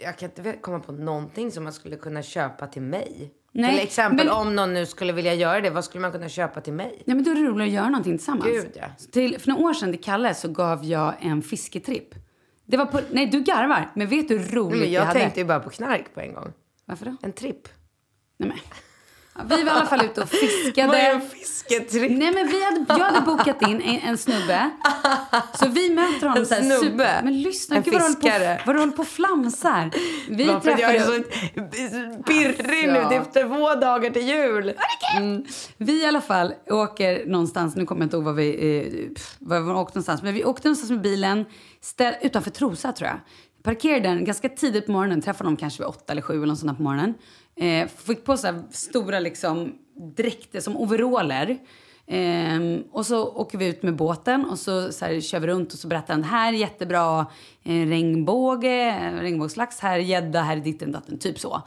S5: Jag kan inte komma på någonting som man skulle kunna köpa till mig.
S3: Nej,
S5: till exempel
S3: men-
S5: om någon nu skulle vilja göra det. Vad skulle man kunna köpa till mig?
S3: Nej, men då är det roligare att göra någonting tillsammans.
S5: Gud, ja.
S3: till, för några år sedan till Kalle så gav jag en fisketripp. Det var på, nej, du garvar. Men vet du hur roligt
S5: Mm, Men jag
S3: hade?
S5: tänkte ju bara på knark på en gång.
S3: Varför då?
S5: En tripp.
S3: Nej, men. Ja, vi var i alla fall ute och fiskade.
S5: Vad är en fisketripp?
S3: Nej men vi hade, jag hade bokat in en, en snubbe. Så vi möter honom
S5: En
S3: så här
S5: snubbe?
S3: super- Men lyssna,
S5: En
S3: gud vad du håller
S5: fiskare?
S3: på, vad du håller på och flamsar. Vi
S5: Varför jag
S3: träffade,
S5: är så Alltså. pirrig nu? Det är efter två dagar till jul.
S3: vi i alla fall åker någonstans, nu kommer jag inte ihåg var vi, eh, pff, var vi åkte någonstans. Men vi åkte någonstans med bilen, ställ, utanför Trosa tror jag. Parkerade den ganska tidigt på morgonen, träffade dem kanske vid åtta eller sju eller något sånt där på morgonen. Eh, fick på sig stora liksom dräkter som overaller. Ehm, och så åker vi ut med båten och så, så här, kör vi runt och så berättar han här är jättebra eh, regnbåge, eh, regnbågslax, här är gädda, här är ditten datten, typ så.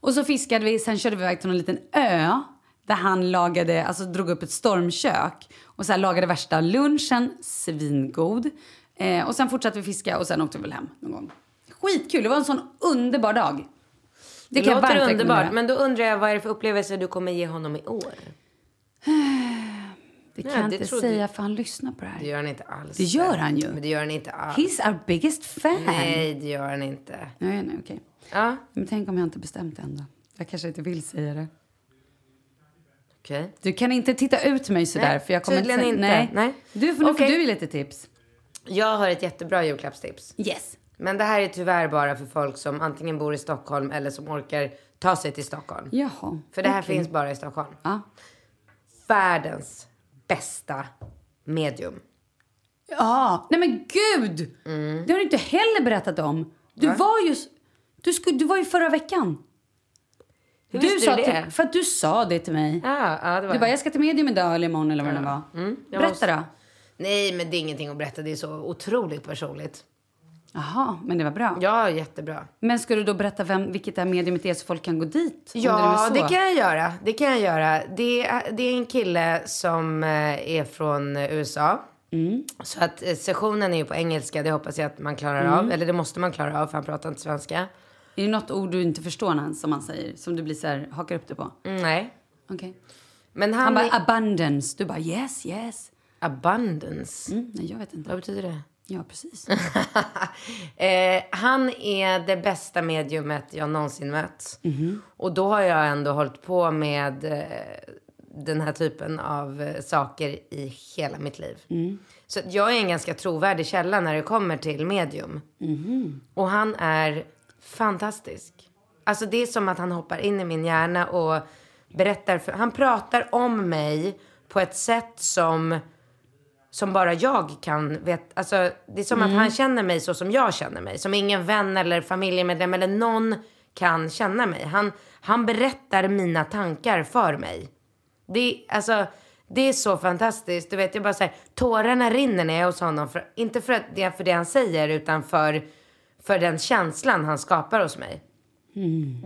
S3: Och så fiskade vi, sen körde vi iväg till en liten ö där han lagade, alltså drog upp ett stormkök och så här lagade värsta lunchen, svingod. Eh, och sen fortsatte vi fiska och sen åkte vi väl hem någon gång. Skitkul, det var en sån underbar dag.
S5: Det,
S3: kan jag varmt
S5: låter
S3: rekommendera.
S5: underbart. Men då undrar jag vad är det för upplevelse du kommer ge honom i år?
S3: Det kan
S5: Nej,
S3: jag
S5: det
S3: inte
S5: trodde-
S3: säga för han lyssnar på det här.
S5: Det gör han inte alls.
S3: Det gör han ju.
S5: Men det gör han inte alls.
S3: He's our biggest fan.
S5: Nej, det gör han inte.
S3: Nej, nej, okej.
S5: Ja,
S3: Men tänk om jag inte bestämt det ändå. Jag kanske inte vill säga det.
S5: okej.
S3: Du kan inte titta ut mig sådär.
S5: Nej,
S3: för jag kommer
S5: tydligen
S3: inte.
S5: inte.
S3: säga- Nej.
S5: Nej.
S3: Du, får, nu får
S5: Okej.
S3: du ge lite tips.
S5: Jag har ett jättebra julklappstips.
S3: Yes.
S5: Men det här är tyvärr bara för folk som antingen bor i Stockholm eller som orkar ta sig till Stockholm.
S3: Jaha.
S5: För det här finns bara i Stockholm.
S3: Ja.
S5: Världens bästa medium.
S3: ja. Nej men gud!
S5: Mm.
S3: Det har du inte heller berättat om. Du var ju... s- Du, skulle, du var ju förra veckan.
S5: Hur
S3: du
S5: visste
S3: sa
S5: du det?
S3: Till, för att du sa det till mig.
S5: Ja, ja, det var
S3: Du bara, jag ska till medium idag eller imorgon eller vad det var.
S5: jag
S3: Berätta
S5: måste-
S3: då.
S5: Nej, men det är ingenting att berätta. Det är så otroligt personligt.
S3: Jaha, men det var bra.
S5: Ja, jättebra.
S3: Men ska du då berätta vem, vilket det här mediumet är så folk kan gå dit? om det nu är
S5: Ja,
S3: så?
S5: det kan jag göra. Det kan jag göra. Det är, det är en kille som eh, är från eh, USA. Så att eh, sessionen är ju på engelska. Det hoppas jag att man klarar av. Eller det måste man klara av för han pratar inte svenska.
S3: Är det något ord du inte förstår när han, som han säger? Som du blir så här, hakar upp dig på?
S5: Mm, nej.
S3: Okej.
S5: Men han,
S3: Han bara
S5: är...
S3: abundance. Du bara yes, yes.
S5: abundance.
S3: Mm, nej, jag vet inte.
S5: Vad betyder det?
S3: Ja, precis.
S5: *laughs* eh, han är det bästa mediumet jag någonsin mött. Och då har jag ändå hållit på med eh, den här typen av eh, saker i hela mitt liv. Så att jag är en ganska trovärdig källa när det kommer till medium. Och han är fantastisk. Alltså det är som att han hoppar in i min hjärna och berättar. För, han pratar om mig på ett sätt som som bara jag kan veta. Alltså, det är som att han känner mig så som jag känner mig. Som ingen vän eller familjemedlem eller någon kan känna mig. Han, han berättar mina tankar för mig. Det, är- alltså, det är så fantastiskt. Du vet, jag bara säger, tårarna rinner när jag är hos honom. För, inte för, att det, är för det han säger, utan för, för den känslan han skapar hos mig.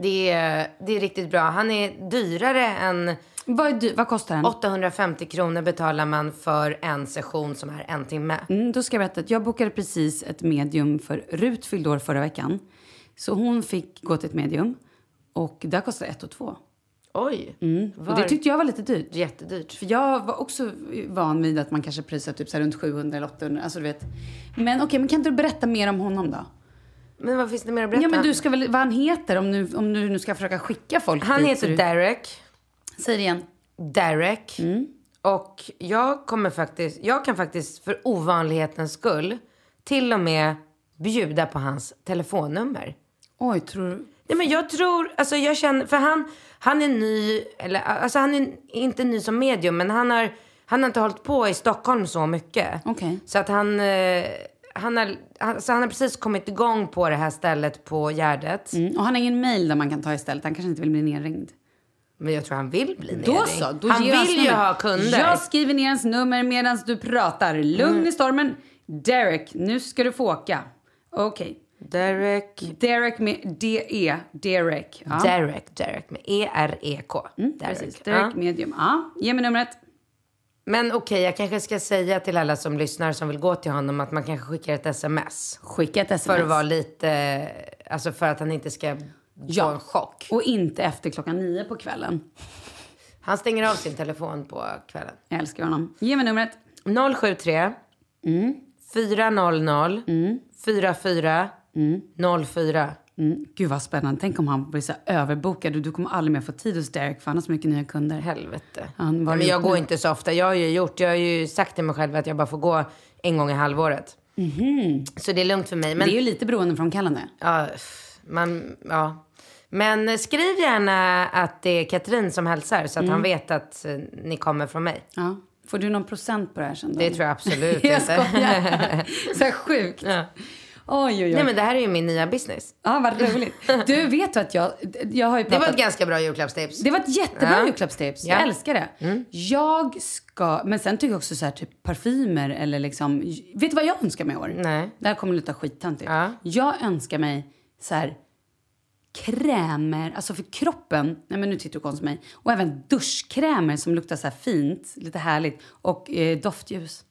S5: Det, är, det är riktigt bra. Han är dyrare än
S3: vad, är du, vad kostar den?
S5: 850 kronor betalar man för en session som är en timme.
S3: Mm, då ska jag berätta att jag bokade precis ett medium för Rut fyllde år förra veckan. Så hon fick gå till ett medium. Och där kostar ett och två.
S5: Oj.
S3: Mm. Och
S5: Var?
S3: det tyckte jag var lite dyrt.
S5: Jättedyrt.
S3: För jag var också van vid att man kanske prisar typ så här runt 700 eller 800. Alltså du vet. Men okej, men kan inte du berätta mer om honom då?
S5: Men vad finns det mer att berätta?
S3: Ja men du ska väl, vad han heter om du, om du nu ska försöka skicka folk
S5: Han
S3: dit,
S5: heter
S3: så du-
S5: Derek.
S3: Säg det igen.
S5: Derek.
S3: Mm.
S5: Och jag kommer faktiskt, jag kan faktiskt för ovanlighetens skull till och med bjuda på hans telefonnummer.
S3: Oj, tror du...
S5: Nej men jag tror, alltså jag känner, för han, han är ny, eller alltså han är inte ny som medium men han har, han har inte hållit på i Stockholm så mycket.
S3: Okej.
S5: Så att han, eh, han, har, han, så han har precis kommit igång på det här stället på Gärdet.
S3: Mm. Och han har ingen mail där man kan ta istället. Han kanske inte vill bli nerringd.
S5: Men jag tror han vill bli
S3: Då
S5: nedringd.
S3: så, då
S5: han
S3: ger jag hans
S5: vill ju
S3: nummer.
S5: ha kunder. Mm.
S3: Jag skriver ner hans nummer medan du pratar. Lugn i stormen. Derek, nu ska du få åka. Okej.
S5: Derek.
S3: Derek med D-E. Derek. Ja. Mm,
S5: Derek, Derek med E E-R-E-K. Derek.
S3: Precis.
S5: Ja.
S3: Derek medium. Ja, ge mig numret.
S5: Men okej, jag kanske ska säga till alla som lyssnar som vill gå till honom att man kanske skickar ett sms.
S3: Skicka ett sms.
S5: För att vara lite, alltså för att han inte ska få en chock.
S3: Och inte efter klockan nio på kvällen.
S5: Han stänger av sin telefon på kvällen.
S3: Jag älskar honom. Ge mig numret.
S5: 073
S3: Mm.
S5: 400 44 04.
S3: Mm. Gud vad spännande. Tänk om han blir så här överbokad och du kommer aldrig mer få tid hos Derek för han har så mycket nya kunder.
S5: Helvete.
S3: Han var
S5: Nej, men jag
S3: gjort nu.
S5: går inte så ofta. Jag har ju gjort, jag har ju sagt till mig själv att jag bara får gå en gång i halvåret. Så det är lugnt för mig. Men,
S3: Mhm. Det är ju lite beroende från kallande.
S5: ja, pff, man, ja. men skriv gärna att det är Katrin som hälsar så att
S3: Mm.
S5: han vet att eh, ni kommer från mig.
S3: Ja. Får du någon procent på det här sen då?
S5: Eh, Det tror *laughs* jag absolut
S3: jag
S5: *laughs* inte.
S3: skojar. Så här sjukt. Ja. Oj, oj, oj.
S5: Nej men det här är ju min nya business.
S3: Ja, vad
S5: *laughs*
S3: roligt. Du, vet du att jag, jag har ju
S5: Det
S3: pratat...
S5: var ett ganska bra julklappstips.
S3: Det var ett jättebra
S5: Ja.
S3: julklappstips.
S5: Ja. Mm.
S3: Jag älskar det. Jag ska, men sen tycker jag också så här typ parfymer eller liksom, vet du vad jag önskar mig i år?
S5: Nej.
S3: Det här kommer låta skittöntigt.
S5: Ja.
S3: Jag önskar mig så här krämer, alltså för kroppen, nej men nu tittar du konstigt på mig, och även duschkrämer som luktar så här fint, lite härligt, och eh, doftljus.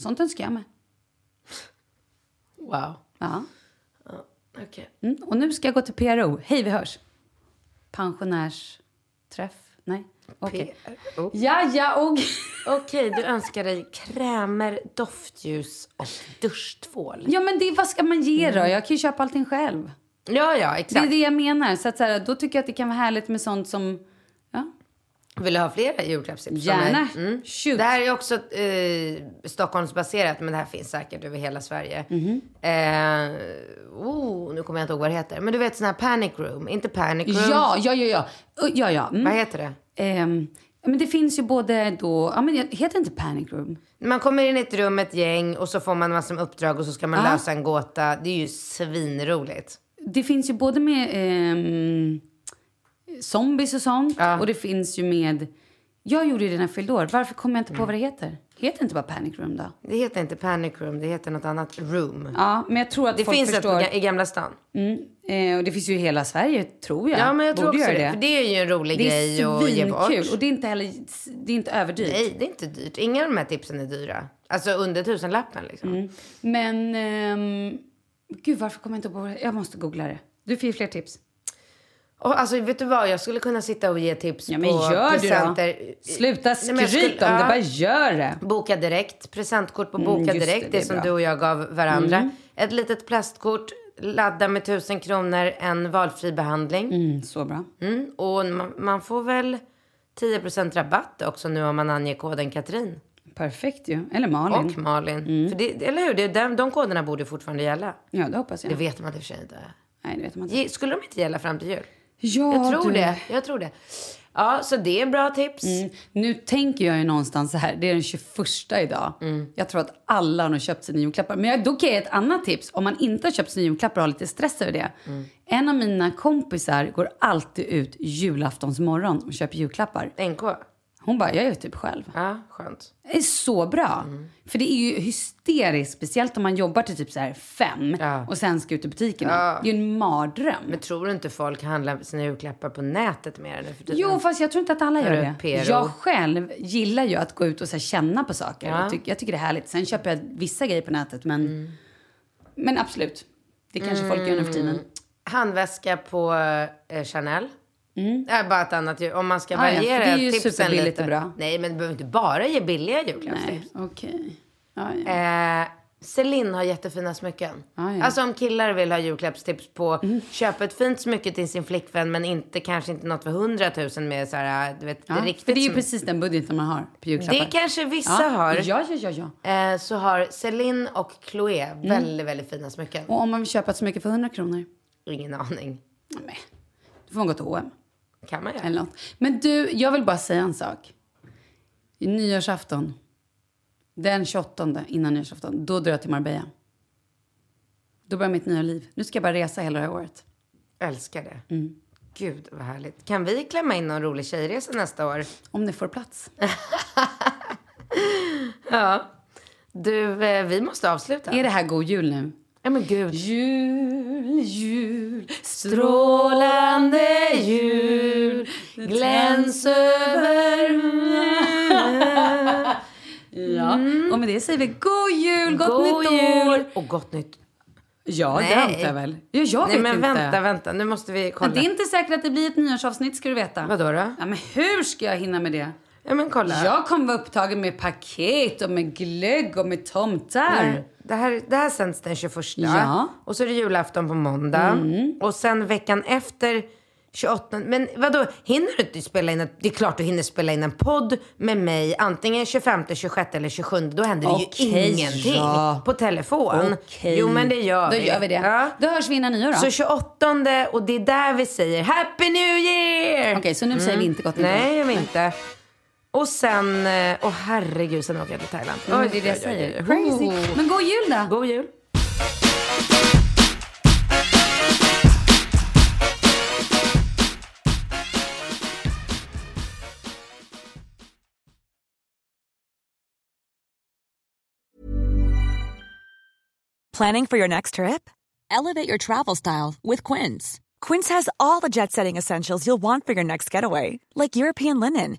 S3: Sånt önskar jag mig.
S5: Wow.
S3: Ja.
S5: Okej.
S3: Mm. Och nu ska jag gå till PRO. Hej, vi hörs. Pensionärsträff? Nej. Okej.
S5: PRO.
S3: Ja, ja, och... *laughs*
S5: Okej, du önskar dig krämer, doftljus och duschtvål.
S3: Ja, men det, vad ska man ge då? Jag kan ju köpa allting själv.
S5: Ja, ja,
S3: Det är
S5: exakt.
S3: det jag menar. Så att, så här, då tycker jag att det kan vara härligt med sånt som... Ja,
S5: Vill du ha flera julklappstips? från
S3: gärna.
S5: mig? Mm.
S3: Shoot.
S5: Det här är också eh, Stockholmsbaserat, men det här finns säkert över hela Sverige. Eh, oh, nu kommer jag inte ihåg vad det heter. Men du vet sån här panic room. Inte panic room.
S3: Ja, ja, ja, ja. Ö, ja, ja. Mm.
S5: Vad heter det?
S3: Ehm, men det finns ju både då... Ja, men jag heter inte Panic Room?
S5: Man kommer in i ett rum med ett gäng och så får man massor med uppdrag och så ska man
S3: Ja.
S5: lösa en gåta. Det är ju svinroligt.
S3: Det finns ju både med ehm, zombies och sånt. Och det finns ju med... Jag gjorde ju det när jag fyllde år. Varför kommer jag inte på vad det heter? Heter det inte bara Panic Room då?
S5: Det heter inte panic room, det heter något annat room.
S3: Ja, men jag tror att
S5: Det
S3: folk
S5: finns
S3: förstår.
S5: ett i Gamla stan.
S3: Eh, och det finns ju i hela Sverige, tror jag.
S5: Ja, men jag tror
S3: Borde
S5: också
S3: göra
S5: det. För det är ju en rolig
S3: Det
S5: grej
S3: är
S5: att ge bort.
S3: svinkul. Och det är inte heller... Det är inte överdyrt.
S5: Nej, det är inte dyrt. Inga av de här tipsen är dyra. Alltså under tusenlappen liksom.
S3: Mm. Men... ehm, gud, varför kommer jag inte på det? Jag måste googla det. Du får ju fler tips.
S5: Och, alltså vet du vad, jag skulle kunna sitta och ge tips
S3: Ja, men
S5: på
S3: gör
S5: presenter.
S3: du då. Sluta
S5: Nej, men
S3: skryt
S5: jag skulle-
S3: om det.
S5: ja.
S3: Bara gör det.
S5: Boka direkt, presentkort på
S3: Mm,
S5: Boka
S3: just det,
S5: direkt, det,
S3: det är
S5: som
S3: bra. Mm.
S5: du och jag gav varandra. Ett litet plastkort, ladda med tusen kronor, en valfri behandling.
S3: Mm, så bra.
S5: Mm, och man, man får väl 10% rabatt också nu om man anger koden Katrin
S3: Perfekt ju. Eller Malin.
S5: och Malin.
S3: Mm.
S5: För det, eller hur? Det, är de, de koderna borde fortfarande gälla.
S3: Ja, det hoppas jag.
S5: Det vet man i och för sig inte.
S3: Nej, det vet man inte.
S5: Ge- Skulle de inte gälla fram till jul?
S3: Ja,
S5: Jag tror
S3: du. Mm.
S5: det. Jag tror det. Ja, så det är bra tips.
S3: Nu tänker jag ju någonstans så här, det är den 21 idag.
S5: Mm.
S3: Jag tror att alla har nog köpt sina julklappar. Men jag, då kan jag ge ett annat tips. Om man inte har köpt sina julklappar och har lite stress över det.
S5: Mm.
S3: En av mina kompisar går alltid ut julaftonsmorgon och köper julklappar.
S5: NK.
S3: Hon bara, jag gör typ själv.
S5: Ja, skönt.
S3: Det är så bra.
S5: Mm.
S3: För det är ju hysteriskt, speciellt om man jobbar till typ så här fem
S5: Ja.
S3: och sen ska ut i butiken. Det är ju en mardröm.
S5: Men tror du inte folk handlar sina julklappar på nätet mer nu för tiden?
S3: Jo, fast jag tror inte att alla gör
S5: Hörru,
S3: det.
S5: Pero.
S3: Jag själv gillar ju att gå ut och så här, känna på saker. Jag, tycker, jag tycker det är härligt. Sen köper jag vissa grejer på nätet, men,
S5: Mm.
S3: men absolut. Det kanske folk gör nu för tiden.
S5: Mm. Handväska på eh, Chanel. Det är bara ett annat ju- Om man ska
S3: Mm. Ah, ja,
S5: variera
S3: för det är ju
S5: tipsen
S3: superbilligt
S5: lite.
S3: och bra.
S5: Nej, men du behöver inte bara ge billiga julklappstips.
S3: Nej, okej. Ja, ja.
S5: Eh, Celine har jättefina smycken.
S3: Ah, ja. Mm.
S5: Alltså om killar vill ha julklappstips på köp ett fint smycke till sin flickvän men inte kanske inte något för hundratusen med så här, eh, du vet,
S3: Ja,
S5: riktigt
S3: för det är ju
S5: smycke.
S3: precis den budgeten man har på julklappar.
S5: Det kanske vissa har.
S3: Ja, ja, ja, ja.
S5: Eh, så har Celine och Chloé
S3: Mm.
S5: väldigt, väldigt fina smycken.
S3: Och om man vill köpa ett smycke för 100 kronor,
S5: Ingen aning.
S3: nej, då får man gå till H&M.
S5: Kan man göra.
S3: eller något. Men du, jag vill bara säga en sak. I nyårsafton, den 28 innan nyårsafton, då drar jag till Marbella. Då börjar mitt nya liv. Nu ska jag bara resa hela det här året.
S5: Älskar det.
S3: Mm.
S5: Gud vad härligt. Kan vi klämma in någon rolig tjejresa nästa år?
S3: Om det får plats.
S5: Ja. Du, eh, vi måste avsluta.
S3: Är det här god jul nu?
S5: Ja men gud.
S3: Jul, jul,
S5: Strålande jul, gläns över Mm.
S3: Ja. Och med det säger vi god jul, gott
S5: God
S3: nytt
S5: Mm. jul
S3: år!
S5: och gott nytt.
S3: Ja, det
S5: Nej.
S3: antar jag väl. Ja, jag
S5: Nej
S3: vet
S5: men
S3: inte.
S5: vänta, vänta. Nu måste vi kolla.
S3: Men det är inte säkert att det blir ett nyårsavsnitt ska du veta.
S5: Vadå då?
S3: Ja, men hur ska jag hinna med det?
S5: Ja men kolla.
S3: Jag kommer vara upptagen med paket och med glögg och med tomtar.
S5: Det här, det här sänds den 21.
S3: Ja. Mm.
S5: Och så är det julafton på måndag. Och sen veckan efter 28. Men vadå, hinner du inte spela in? Ett, det är klart du hinner spela in en podd med mig. Antingen 25, 26 eller 27. Då händer det ju
S3: Okej,
S5: ingenting
S3: ja.
S5: på telefon.
S3: Okej.
S5: Jo men det gör
S3: Då
S5: vi.
S3: gör vi det.
S5: Ja.
S3: Då hörs vi innan nyår då.
S5: Så 28 och det är där vi säger Happy New Year!
S3: Okej, så nu säger vi inte gott nytt år.
S5: Mm. Nej, jag vill inte. Och sen, eh, åh herregud, sen åker jag till Thailand.
S3: Ja, men
S5: Oj, Oh.
S3: det är det
S5: oj,
S3: jag
S5: oj, oj.
S3: säger.
S5: Crazy.
S3: Men god jul då!
S5: God jul!
S2: Planning for your next trip?
S6: Elevate your travel style with Quince.
S2: Quince has all the jet setting essentials you'll want for your next getaway, like European linen,